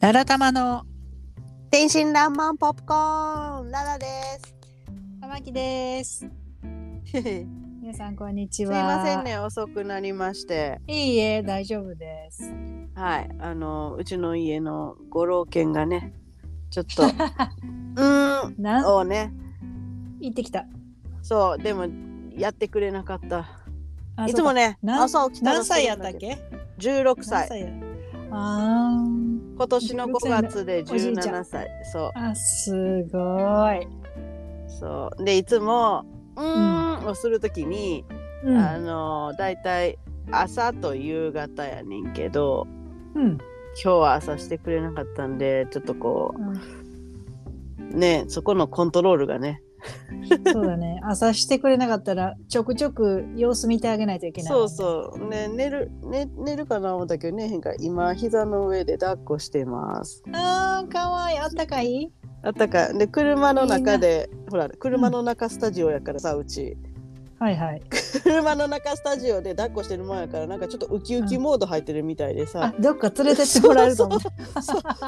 ララタマの天真爛漫ポップコーンララです。玉木です。 すい皆さんこんにちは。ません。ね遅くなりまして、いいえ大丈夫です。はいあのうちの家のご老犬がねちょっ とうーんなんをね行ってきた。そうでもやってくれなかった。あいつもねなん朝起きたら何歳やったっけ？ ？16何歳歳や。あ今年の5月でおじいちゃ17ん歳そーうあすごい。そうでいつもうーんをするときに、うんあのだいたい朝と夕方やねんけど。うん。今日は朝してくれなかったんでちょっとこうねそこのコントロールがねそうだね。 朝してくれなかったらちょくちょく様子見てあげないといけない。そうそうね寝る、ね、寝るかな思ったけど寝へんから今膝の上で抱っこしてますう。ああ可愛いあったかい？あったかいで車の中でほら車の中スタジオやからさ、うち はいはい。車の中スタジオで抱っこしてるもんやからなんかちょっとウキウキモード入ってるみたいであ さ、どっか連れてってもらえると思う。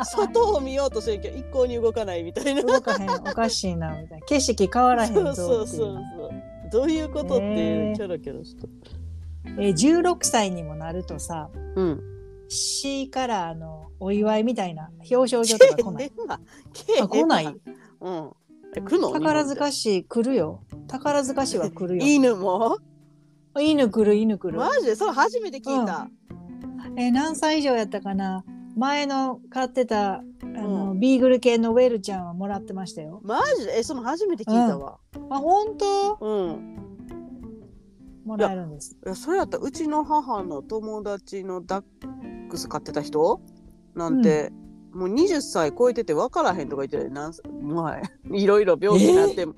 外を見ようとしてるけど一向に動かないみたいな動かへんおかしいなみたいな景色変わらへんぞっそていうそうそうそうどういうことっていねうキョロキョロしてえー16歳にもなるとさうん市からあのお祝いみたいな表彰所とか来なけ いえなけあえな来ないうん。え、来るの宝塚市来るよ宝塚市は来るよ犬も犬来る犬来る、マジでそれ初めて聞いた。えー何歳以上やったかな前の飼ってたあの、ビーグル系のウェルちゃんはもらってましたよマジでえ、その初めて聞いたわ。あ本当うん。もらえるんですいやそれやったらうちの母の友達のダックス飼ってた人なんて、もう20歳超えてて分からへんとか言ってたよ何歳前いろいろ病気になっても、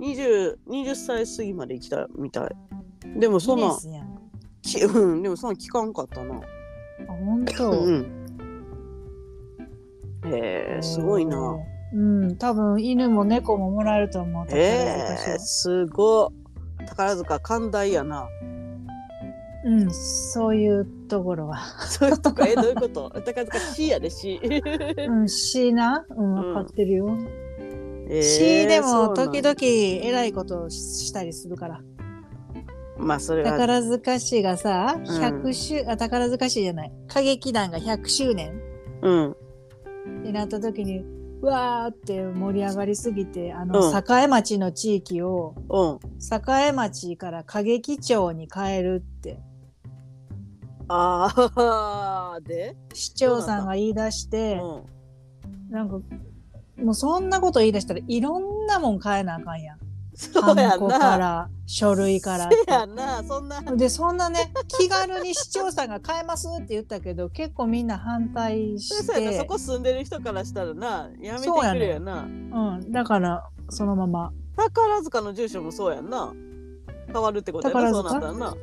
20, 20歳過ぎまで生きたみたいでもそんいいなですやんきうんでもそんな聞かんかったなあ本当、うんへえすごいな、うん多分犬も猫ももらえると思う宝え塚市はー、すごい宝塚寛大やな うん、そういうところは。そういうとこえどういうこと宝塚 C や で C えうん、C な、うん、うん分かってるよ。ー C でそうなもん時々えらいことをしたりするから。まあそれは宝塚市がさ、ん100周、あ、宝塚市じゃない、歌劇団が100周年うんになった時に、うわーって盛り上がりすぎて、あうの、ん栄町の地域を、うん栄町から歌劇町に変えるって、ああで、市長さんが言い出して、うん、なんか、もうそんなこと言い出したらいろんなもん変えなあかんやん。そハうやンコかなら書類からそうやなそんなでそんなね気軽に市長さんが変えますって言ったけど結構みんな反対しそうやなそて、こ住んでる人からしたらなやめてそうやねくれやなうん、だからそのまま宝塚の住所もそうやんな変わるってことやな宝そう塚なったらな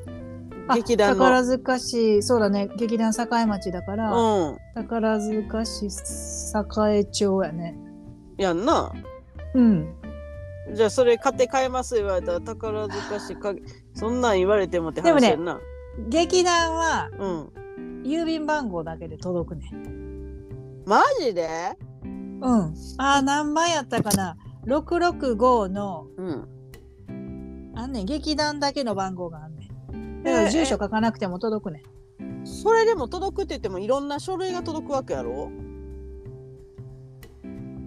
あ劇団の宝塚市そうだね劇団栄町だから、うん宝塚市栄町やねやんなうんじゃあそれ買って買えます言われたら宝塚市かそんなん言われてもって話やんな、劇団はうん郵便番号だけで届くねマジでうんあー何番やったかな665のうんあんねん劇団だけの番号があんねんだから住所書かなくても届くねんそれでも届くって言ってもいろんな書類が届くわけやろ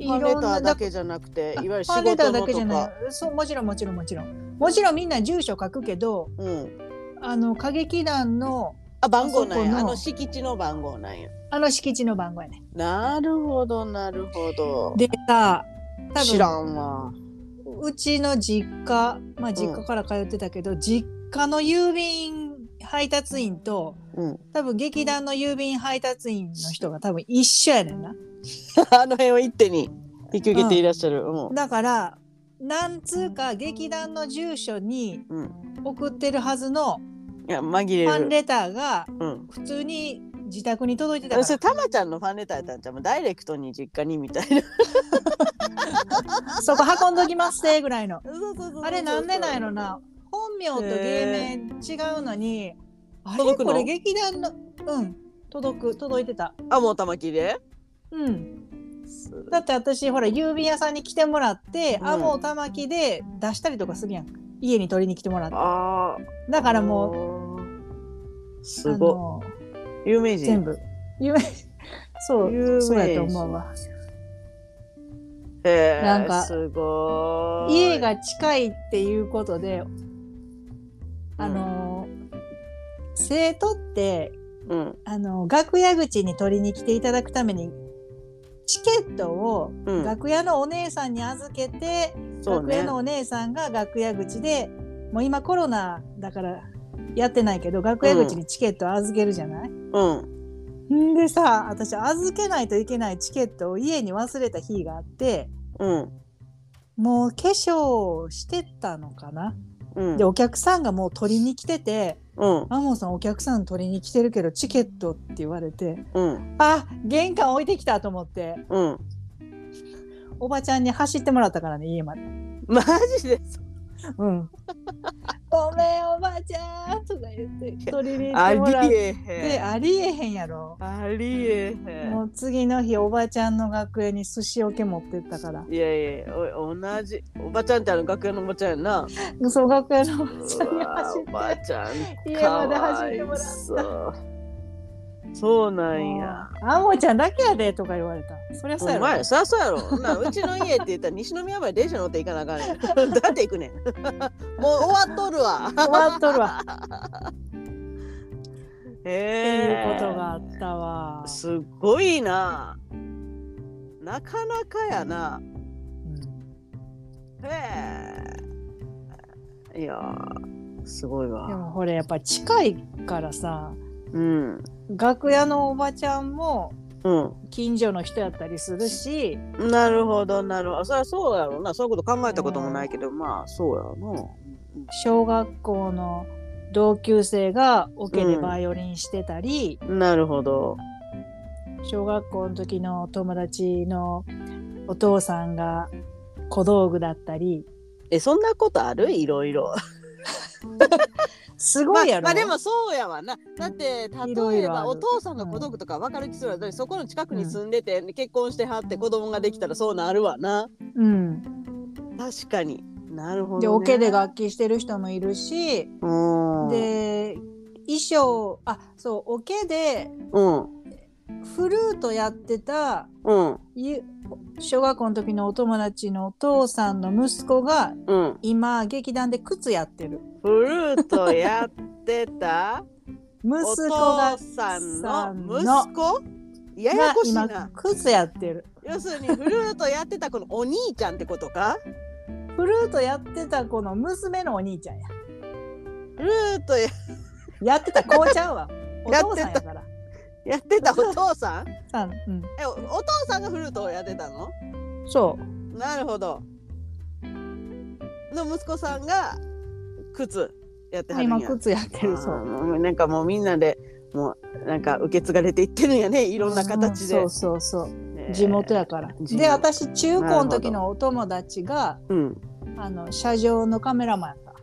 いいレろタんなーだけじゃなくていわゆる仕ファンレター事のだとけじゃないか。そうもちろんもちろんもちろん。もちろんみんな住所書くけど、うん、あの歌劇団のあ番号なんあやあそこのの敷地の番号なんやあの敷地の番号やね。なるほどなるほどでさ、知らんわうちの実家、まあ実家から通ってたけど、実家の郵便配達員とうん、多分劇団の郵便配達員の人が多分一緒やねんな。あの辺を一手に引き受けていらっしゃる、うんだから、なんつうか劇団の住所にうん送ってるはずのいや紛フれァンる、レターがうん、普通に自宅に届いてたあかそれら。たまちゃんのファンレターやったんちゃうもうダイレクトに実家にみたいなそこ運んどきます ってぐらいの。あれなんでなんやのろな本名と芸名違うのに、あれ届くのこれ劇団のうん届く届いてたあもう玉切れうん、だって私ほら郵便屋さんに来てもらって、うんあもうたまきで出したりとかするやん家に取りに来てもらってあだあからもうすうあごのい有名人全部夢 そう有名人そうやと思うわへーなんかすごい家が近いっていうことであの、生徒ってうんあの楽屋口に取りに来ていただくためにチケットをうん楽屋のお姉さんに預けて、そう楽屋ねのお姉さんが楽屋口でもう今コロナだからやってないけど楽屋口にチケット預けるじゃない、うんん、でさ私預けないといけないチケットを家に忘れた日があってうんもう化粧してたのかな、うんでお客さんがもう取りに来ててう「んマモさんお客さん取りに来てるけどチケット」って言われてうん「あ玄関置いてきた」と思ってうんおばちゃんに走ってもらったからね家まで。マジで うん、ごめんおばちゃんとか言って取りに行っあてりもらってえへんありえへんやろ。ありえへもんう次の日おばちゃんの学園に寿司おけ持ってったからいやいやお同じおばちゃんってあの学園のおばちゃんやんなそう学園のおうばちゃんにわ走おばあっちゃんて家かまで走わっていもらっそうそうなんやた。あもちゃんだけやでとか言われた。そりゃそうおやろ。前さあそうやろなうちの家って言ったら西宮まで電車乗って行かなあかんねんだって 行くねんもう終わっとるわ終わっとるわ。へっていうえことがあったわ。すごいななかなかやなうんへえいやーすごいでわもこれやっぱ近いからさうん楽屋のおばちゃんもうん近所の人やったりするし。なるほどなるほどそりゃそうやろうなそういうこと考えたこともないけど、まあそうやろうな小学校の同級生がオケでバイオリンしてたり、なるほど。小学校の時の友達のお父さんが小道具だったりえ、そんなことあるいろいろ。すごいやろ、まあ、まあでもそうやわな。だって、いろ例いえろあばるお父さんが孤独とか分かる気するわ。だってそこの近くに住んでて、結婚してはって子供ができたらそうなるわな。うん、確かに。なるほど、ね。でオケで楽器してる人もいるし、うん。で衣装あそうオケでうん。フルートやってたうん。ゆ小学校の時のお友達のお父さんの息子がうん。今劇団で靴やってるフルートやってた息お子が父さんの息子ややこしいがな今。靴やってる要するにフルートやってたこのお兄ちゃんってことかフルートやってた子の娘のお兄ちゃんやフルートややってた子ちゃうわお や父ってたさんやからやってたお父さん さん、うん、えおお父さんがフルートをやってたのそうなるほどの息子さんが靴やってはるんや今靴やってるそあーうもうなんかもうみんなでもうなんか受け継がれていってるんやねいろんな形で、うんそうそうそうえー地元やから、地元で私中高の時のお友達がうんあの車上のカメラマンやっ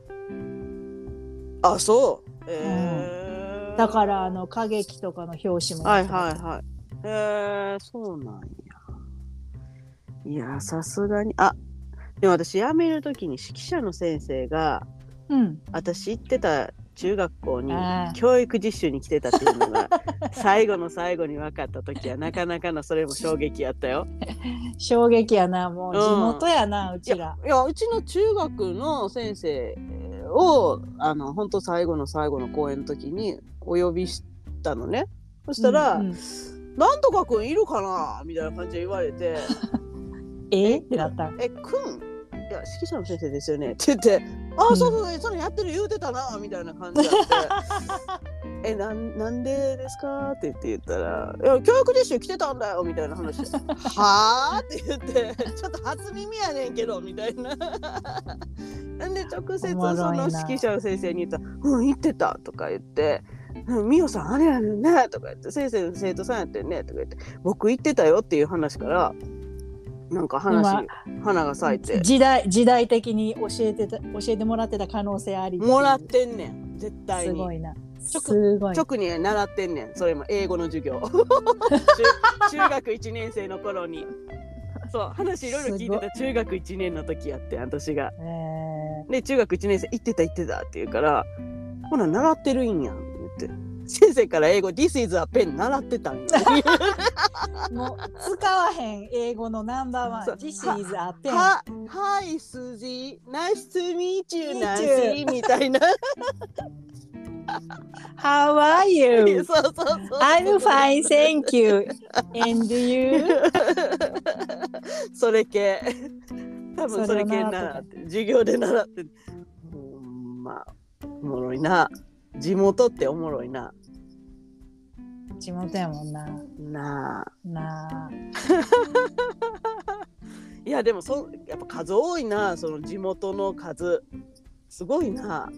たあそうえーだからあの歌劇とかの表紙もはやいってたはいはいえー、そうなんやいやさすがにあでも私辞める時に指揮者の先生がうん私行ってた中学校にあー教育実習に来てたっていうの が最後の最後に分かった時はなかなかのそれも衝撃やったよ。衝撃やなもう地元やな、うちらいやうちの中学の先生をあの本当最後の最後の講演の時にお呼びしたのね。そしたら「うんうんなんとかくんいるかな?」みたいな感じで言われてえってなった「えくんいや指揮者の先生ですよね」って言って「あうあんそうそうそうそれやってる言うてたな」みたいな感じで 「えなんなんでですか?」って言って言ったら「いや教育実習来てたんだよ」みたいな 話ですはあ?」って言って「ちょっと初耳やねんけど」みたいな。なんで直接そおもろいのな指揮者の先生に言ったら「うん行ってた」とか言って「うん美桜さんあれやねんね」とか言って「先生の生徒さんやってんね」とか言って「僕行ってたよ」っていう話からなんか話花が咲いて時代時代的に教えてた教えてもらってた可能性ありっていうもらってんねん絶対すにごいなすごい。直にね習ってんねんそれも英語の授 業中中学1年生の頃にそう話いろいろ聞いてた中学1年の時やってん私がえで中学1年生行ってた行ってたって言うからほな習ってるんやんって先生から英語「This is a pen」習ってたんやーもう使わへん英語のナンバーワンそう This is a pen は「はい数字 Nice to meet you Meet ナ you ンシー」みたいな How are そう you? そうそう I'm fine, thank you. And you? それ系多分それ系それを習習っって授業で習ってほんまおもろいな地元っておもろいな地元やもんな。なあなあ。いやでもそやっぱ数多いなその地元の数すごいな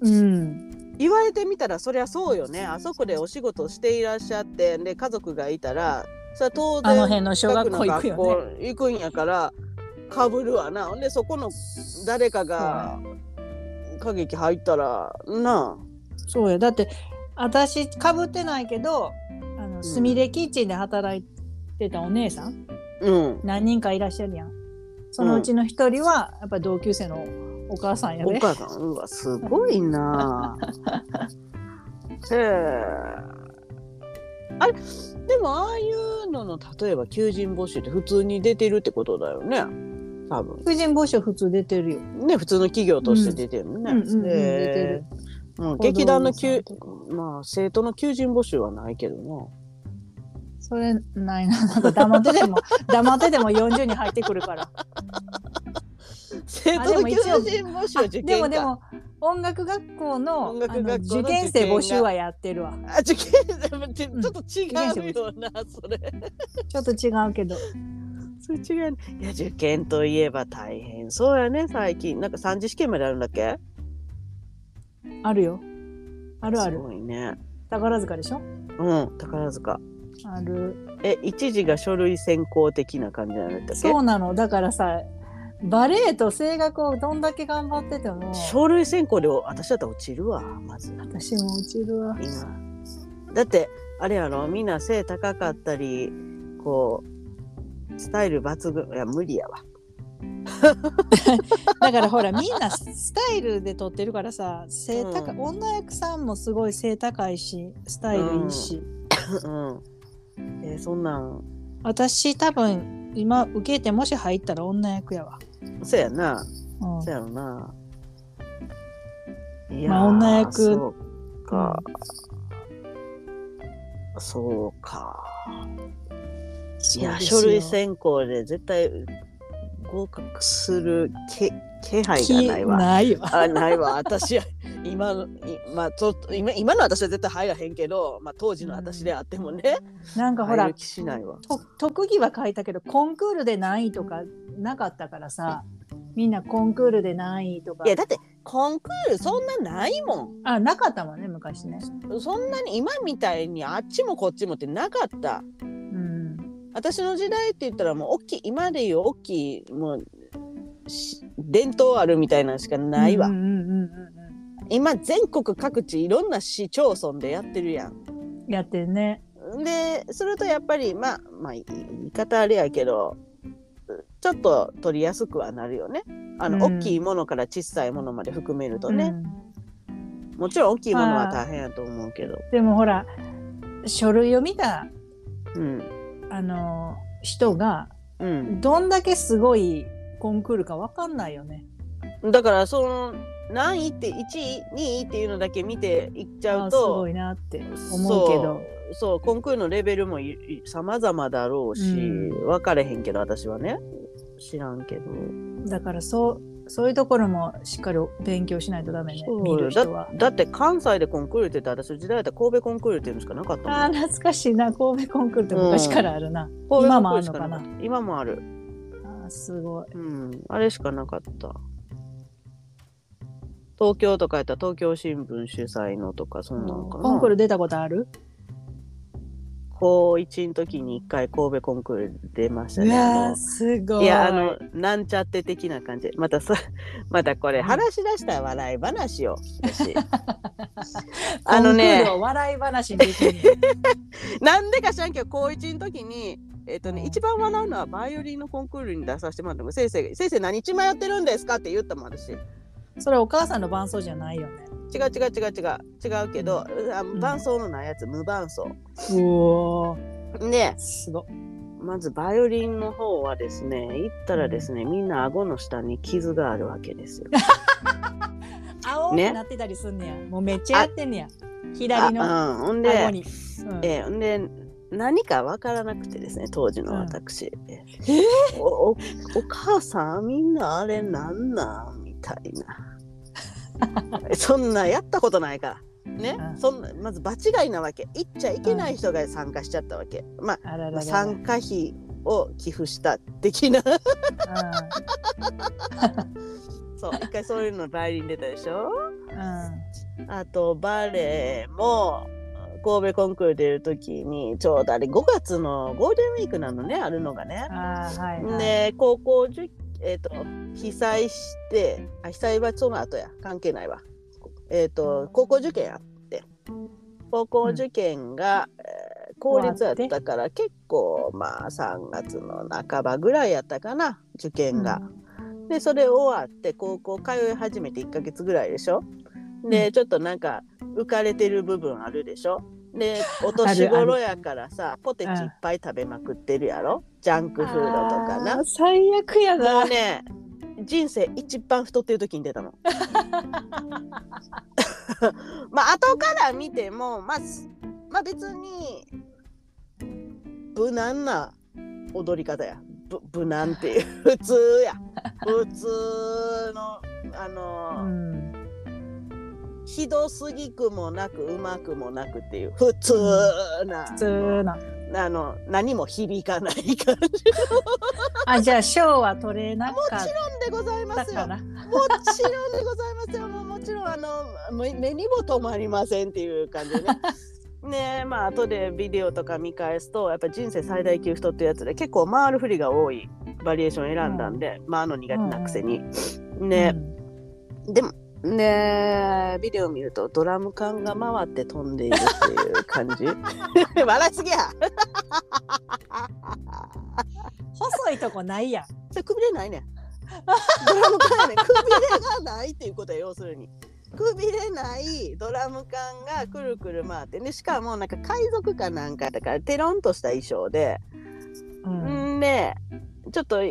うん。言われてみたらそりゃそうよねあそこでお仕事していらっしゃってで家族がいたらそれは当あ然の辺の小学校行くよね。学校行くんやからかぶるわなほんでそこの誰かが歌劇入ったらなそうよ。だって私かぶってないけど、あのスミレキッチンで働いてたお姉さんあうん何人かいらっしゃるやん。そのうちの一人はやっぱ同級生のお母さんやおで。母さんうわすごいな へえあれでもああいうのの例えば求人募集って普通に出てるってことだよね多分婦人募集普通出てるよ。ね普通の企業として出てるね、うんうんうんうんへえうん劇団の求報道さんとかまあ生徒の求人募集はないけどなそれないな。なんか黙って でも黙ってでも40人入ってくるから。生あで徒もの一応求人募集あはで受験もかでも音楽学校の音楽あの学校の受験生募集はやってるわ。あ受験でもちちょっと違うよな、それちょっと違うけど。それ違ういや受験といえば大変そうやね最近なんか三次試験まであるんだっけあるよ。ああるあする。ごいね宝塚でしょうん宝塚ある。え一時が書類選考的な感じなんだったっけそうなの。だからさ、バレエと声楽をどんだけ頑張ってても、書類選考で私だったら落ちるわまず私も落ちるわ。今だってあれやろみんな背高かったりこうスタイル抜群いや無理やわだからほら、みんなスタイルで撮ってるからさ、背高い、う女役さんもすごい背高いし、スタイルいいし。うんえーそんなん私多分、今受けてもし入ったら女役やわ。そうやなうんそうやろな。いやーまあ女役そうか。そうか。いや、書類選考で絶対合格する気気配がないわ。ないよ。あないわ私今のいまあちょっと今今の私は絶対入らへんけど、まあ、当時の私であってもね、なんかほ入らる、気しないわと特技は書いたけどコンクールで何位とかなかったからさみんなコンクールで何位とかいやだってコンクールそんなないもんあなかったもんね昔ね、そんなに今みたいにあっちもこっちもってなかったうん、私の時代って言ったらもう大きい今でいう大きいもうし伝統あるみたいなのしかないわ、うんうんうん今全国各地いろんな市町村でやってるやんうんうんやってるねでそれとやっぱりまあまあ言い方あれやけどちょっと取りやすくはなるよねあの、うん大きいものから小さいものまで含めるとうね、んもちろん大きいものは大変やと思うけどでもほら書類を見たうんあの人がうんどんだけすごいコンクールかわかんないよねだからその何位って1位2位っていうのだけ見ていっちゃあうすとごいなって思うけどそうコンクールのレベルもいい様々だろうし、うん分かれへんけど私はね知らんけどだからそうそういうところもしっかり勉強しないとダメねそう見る人はだ。だって関西でコンクールって言ったら私の時代だったら神戸コンクールっていうのしかなかったもんあー懐かしいな神戸コンクールって昔からあるな、神戸今コもあンクールるしのかなか今もあるあーすごいうんあれしかなかった東京とかやったら東京新聞主催のとかそんなのかなコンクール出たことある高1の時に一回神戸コンクール出ましたうね。あわのーすごいいやあのなんちゃって的な感じまたさ またこれ話し出したら笑い話を 私あのコンねクールを笑い話にできるなんでか知らんけど高1の時にえっとね、うん一番笑うのはバイオリンのコンクールに出させてもらったのが先生が「先生何一枚やってるんですか?」って言ったもん私違うそれお母さんの伴奏じゃないよ ね違う違う違う違うけど、あん伴奏のないやつ無伴奏うおねすごまずバイオリンの方はですね行ったらですねみんな顎の下に傷があるわけですよ青くねなってたりすんねやもうめっちゃやってんねや左のあうん、ほんで顎に、うんえーんで何か分からなくてですね当時の私、えーおおお母さんみんなあれなんなんみたいなそんなや ったことないからね、うんそんなまず場違いなわけ行っちゃいけない人が参加しちゃったわけ、まああららまあらら参加費を寄付した的な そう一回そういうの代理に出たでしょうんうんあとバレエも神戸コンクール出る時にちょうどあれ5月のゴールデンウィークなのねあるのがね。あーはいはい、で高校受、えー、と被災してあ被災はその後や関係ないわ、えー、と高校受験あって高校受験が、えー公立やったから結構まあ3月の半ばぐらいやったかな受験が。でそれ終わって高校通い始めて1ヶ月ぐらいでしょうでちょっとなんか浮かれてる部分あるでしょでお年頃やからさポテチいっぱい食べまくってるやろジャンクフードとかあなー最悪やもなうね人生一番太ってる時に出たの。まあ後から見てもまあ、すまあ、別に無難な踊り方やぶ無難っていう 普通や普通のあうの、んひどすぎくもなくうまくもなくっていう普通な、普通のあの何も響かない感じあじゃあ賞は取れなかっでございまたすよか。なもちろんでございますよ。もうもちろんあの目目にも留まりませんっていう感じでね。ねえまあ後でビデオとか見返すとやっぱ人生最大級太ってやつで結構回る振りが多いバリエーション選んだんで、まああの苦手なくせに。ねえでもねえビデオ見るとドラム缶が回って飛んでいるっていう感じ。笑いすぎやうん細いとこないやんそれくびれないねん。ドラム缶やねんくびれがないっていうことや要するに。くびれないドラム缶がくるくる回ってねしかもなんか海賊かなんかだからテロンとした衣装で、うんん、でちょっとか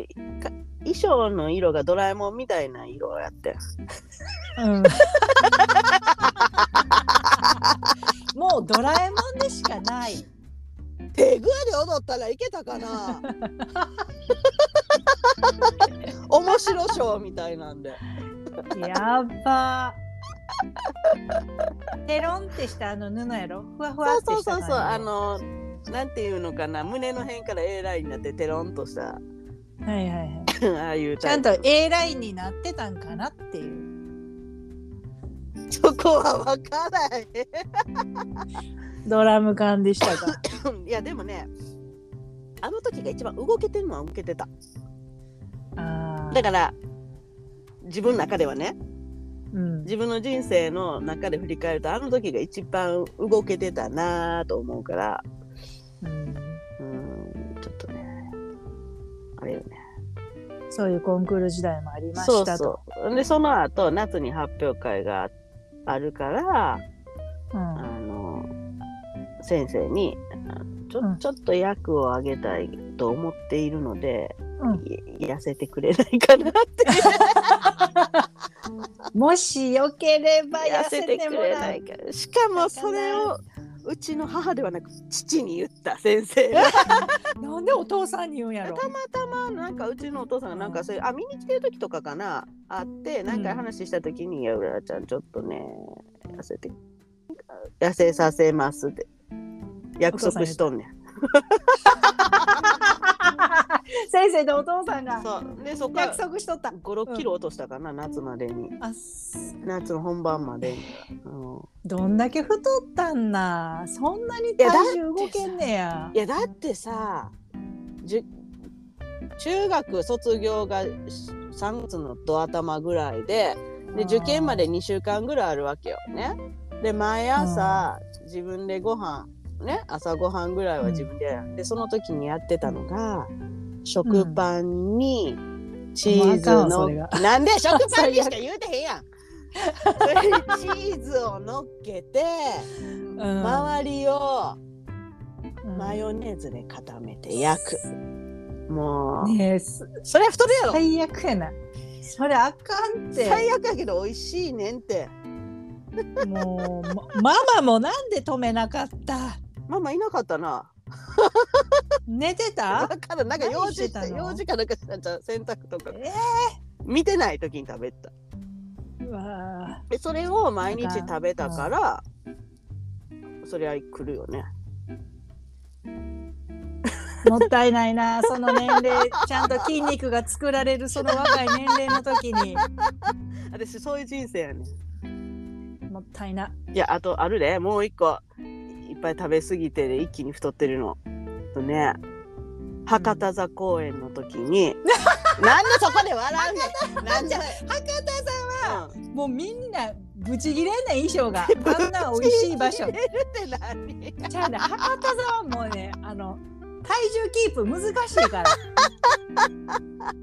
衣装の色がドラえもんみたいな色やってうん、 もうドラえもんでしかない手具合で踊ったらいけたかな 面白ショーみたいなんで やっばペロンってしたあの布やろふわふわそっうてそしたうそ感うそじうあのなんていうのかな胸の辺から A ラインになってテロンとしたはいはいはいああいうちゃんとと A ラインになってたんかなっていうそこは分からないドラム缶でした かいやでもねあの時が一番動けてるのは動けてたあーだから自分の中ではねうん自分の人生の中で振り返るとあの時が一番動けてたなぁと思うからうんうーんちょっとねあれよねそういうコンクール時代もありまそしうたとそうでその後夏に発表会があるからうんあの先生にあちょ,、うんちょっと役をあげたいと思っているので、うんい痩せてくれないかなってもしよければ痩 痩せせててくもれらなういかしかもそれをうちの母ではなく父に言った先生が なんでお父さんに言うんやろたまたまなんかうちのお父さんがなんかそういうあ見に来てる時とかかなあってなんか話した時に「いやうららちゃんちょっとね痩せて痩せさせます」って約束しとんねん。先生とお父さんがそうでそこから約束しとった5、6キロ落としたかな、夏までに。あす夏の本番までに。うんどんだけ太ったんなそんなにやだっ体て重動けんねやいやだってさじゅ中学卒業が3月のど頭ぐらいでで受験まで2週間ぐらいあるわけよね。で毎朝自分でご飯ね朝ご飯ぐらいは自分で,、でその時にやってたのが食パンにチーズもうあかんわの、それが なんで食パンにしか言うてへんやん。それにチーズをのっけてうん周りをうんマヨネーズで固めて焼く。もう、ねえすそれは太るやろ最悪やなそれあかんって最悪やけど美味しいねんって。もうまママもなんで止めなかったママいなかったな。寝てだたからなんか用何し事てしたたの用事かなんかしたんちゃう洗濯とかえ見てない時に食べた。ー、うわでそれを毎日食べたから、そりゃ来るよね。ーもったいないなその年齢ちゃんと筋肉が作られるその若い年齢の時に私そういう人生やね。もったいなんいやあとあるでもう一個いっぱい食べ過ぎてで一気に太ってるの。とね博多座公園の時 に、なんでそこで笑うねん。なんで。博多うんもうみんなブチギレな衣装 があんな美味しい場所入れるって何ちゃうね博多座はもうねあの体重キープ難しい から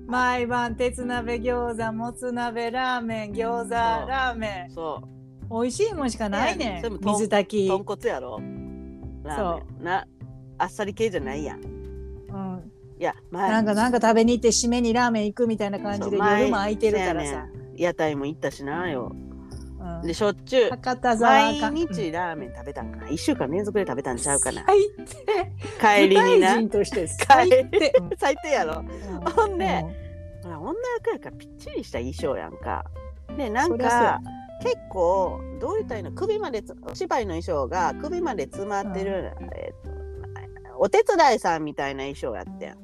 毎晩鉄鍋餃子もつ鍋ラーメン餃子そうラーメ そン美味しいもんしかないいやねそれんもとん水う炊き、豚う骨やろラーメンなあっさり系じゃないやんいん、や前なんかなんか食べに行って締めにラーメン行くみたいな感じでそう前夜も空いてるからそうやさ、屋台も行ったしなようんでしょっちゅう博多座はあ毎かん日ラーメン食べたんかな1週間連続で食べたんちゃう かな最低帰りに舞な台人として最帰り低最低やろほんでうほら女役やからぴっちりした衣装やんかでなんそりゃそうかや結構どう言ったらいいの首までつお芝居の衣装が首まで詰まってる、えーとお手伝いさんみたいな衣装やってん。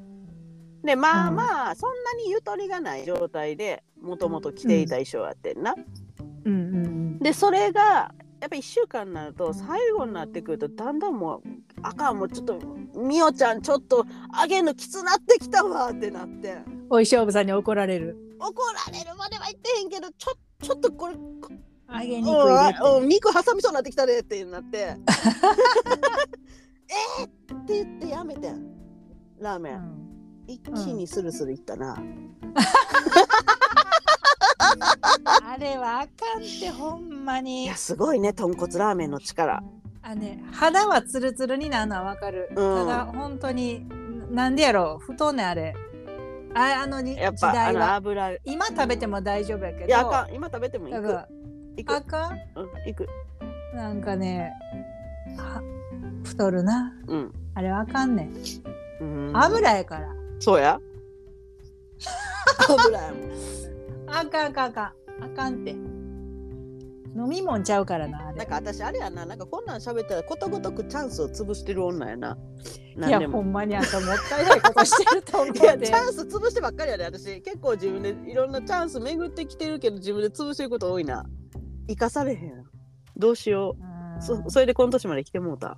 でまあうんまあ、そんなにゆとりがない状態でもともと着ていた衣装やってんな。うんうんうんでそれがやっぱ1週間になると最後になってくるとだんだんもうあかんもうちょっとみおちゃんちょっと上げんのきつなってきたわってなってん。お衣装部さんに怒られる怒られるまでは言ってへんけどちょちょっとこれ揚げう肉ん入れてうん肉挟みそうになってきたねってなって えーって言ってやめてんラーメン、一気にスルスルいったな、あれはあかんってほんまいにやすごいね豚骨ラーメンの力あね肌はツルツルになるのはわかる、ただ本当になんでやろう太んねんあれああのにやっ時ぱあ代のは油い今食べても大丈夫やけどやあかん今食べてもいだくからいくあかんうんいくなんかねあ太るなうんあれはあかんねんうん油やからそう や油やもんあかんあかんあかんあかんって飲みもんちゃうからなあれなんか私あれやななんかこんなん喋ったらことごとくチャンスを潰してる女やない何やでもほんまにあんたもったいないことしてると思いやうチでャンス潰してばっかりやで私結構自分でいろんなチャンス巡ってきてるけど自分で潰してること多いな生かされへんどうしようそそれでこの年まで来てもうた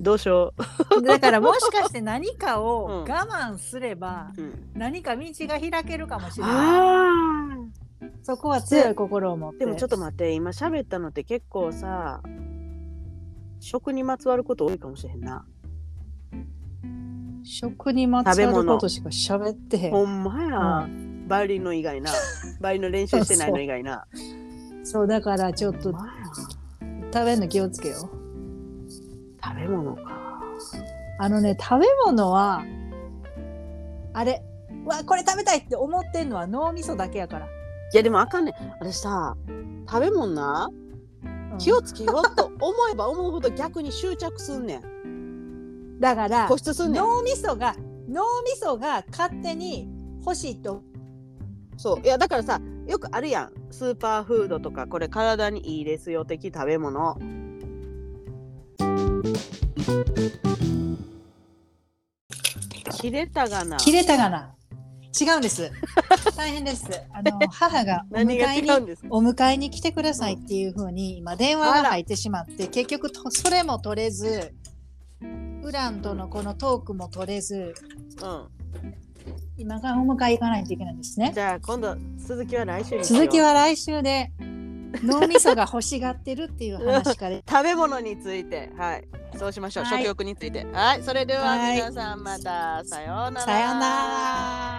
どうしよ うんだからもしかして何かをうん我慢すればう、うん、何か道が開けるかもしれないあそこは強い心を持っーてでもちょっと待って今喋ったのって結構さ食にまつわること多いかもしれんな食にまつわることしか喋ってへんほんまや、バイオリンの以外 なバイオリンの練習してないの以外なそうだからちょっとほんまや食べるの気をつけよう食べ物かあのね食べ物はあれうわこれ食べたいって思ってんのは脳みそだけやから、いやでもあかんねん私さ食べ物なうん気をつけようと思えば思うほど逆に執着すんねんだから固執すんねん脳みそが脳みそが勝手に欲しいとそういやだからさよくあるやんスーパーフードとかこれ体にいいですよ的食べ物切れたがな切れたがな違うんです大変です。あ の母がお何が迎え違にうんですかお迎えに来てくださいっていうふうに今電話あがら入ってしまって結局とそれも取れずウランとのこのトークも取れずう今からお迎え行かないといけないんですねん。じゃあ今度続きは来週にしよう続きは来週 で脳みそが欲しがってるっていう話から食べ物についてはいそうしましょう、はい食欲についてはいそれでははい皆さんまたさようならさようなら。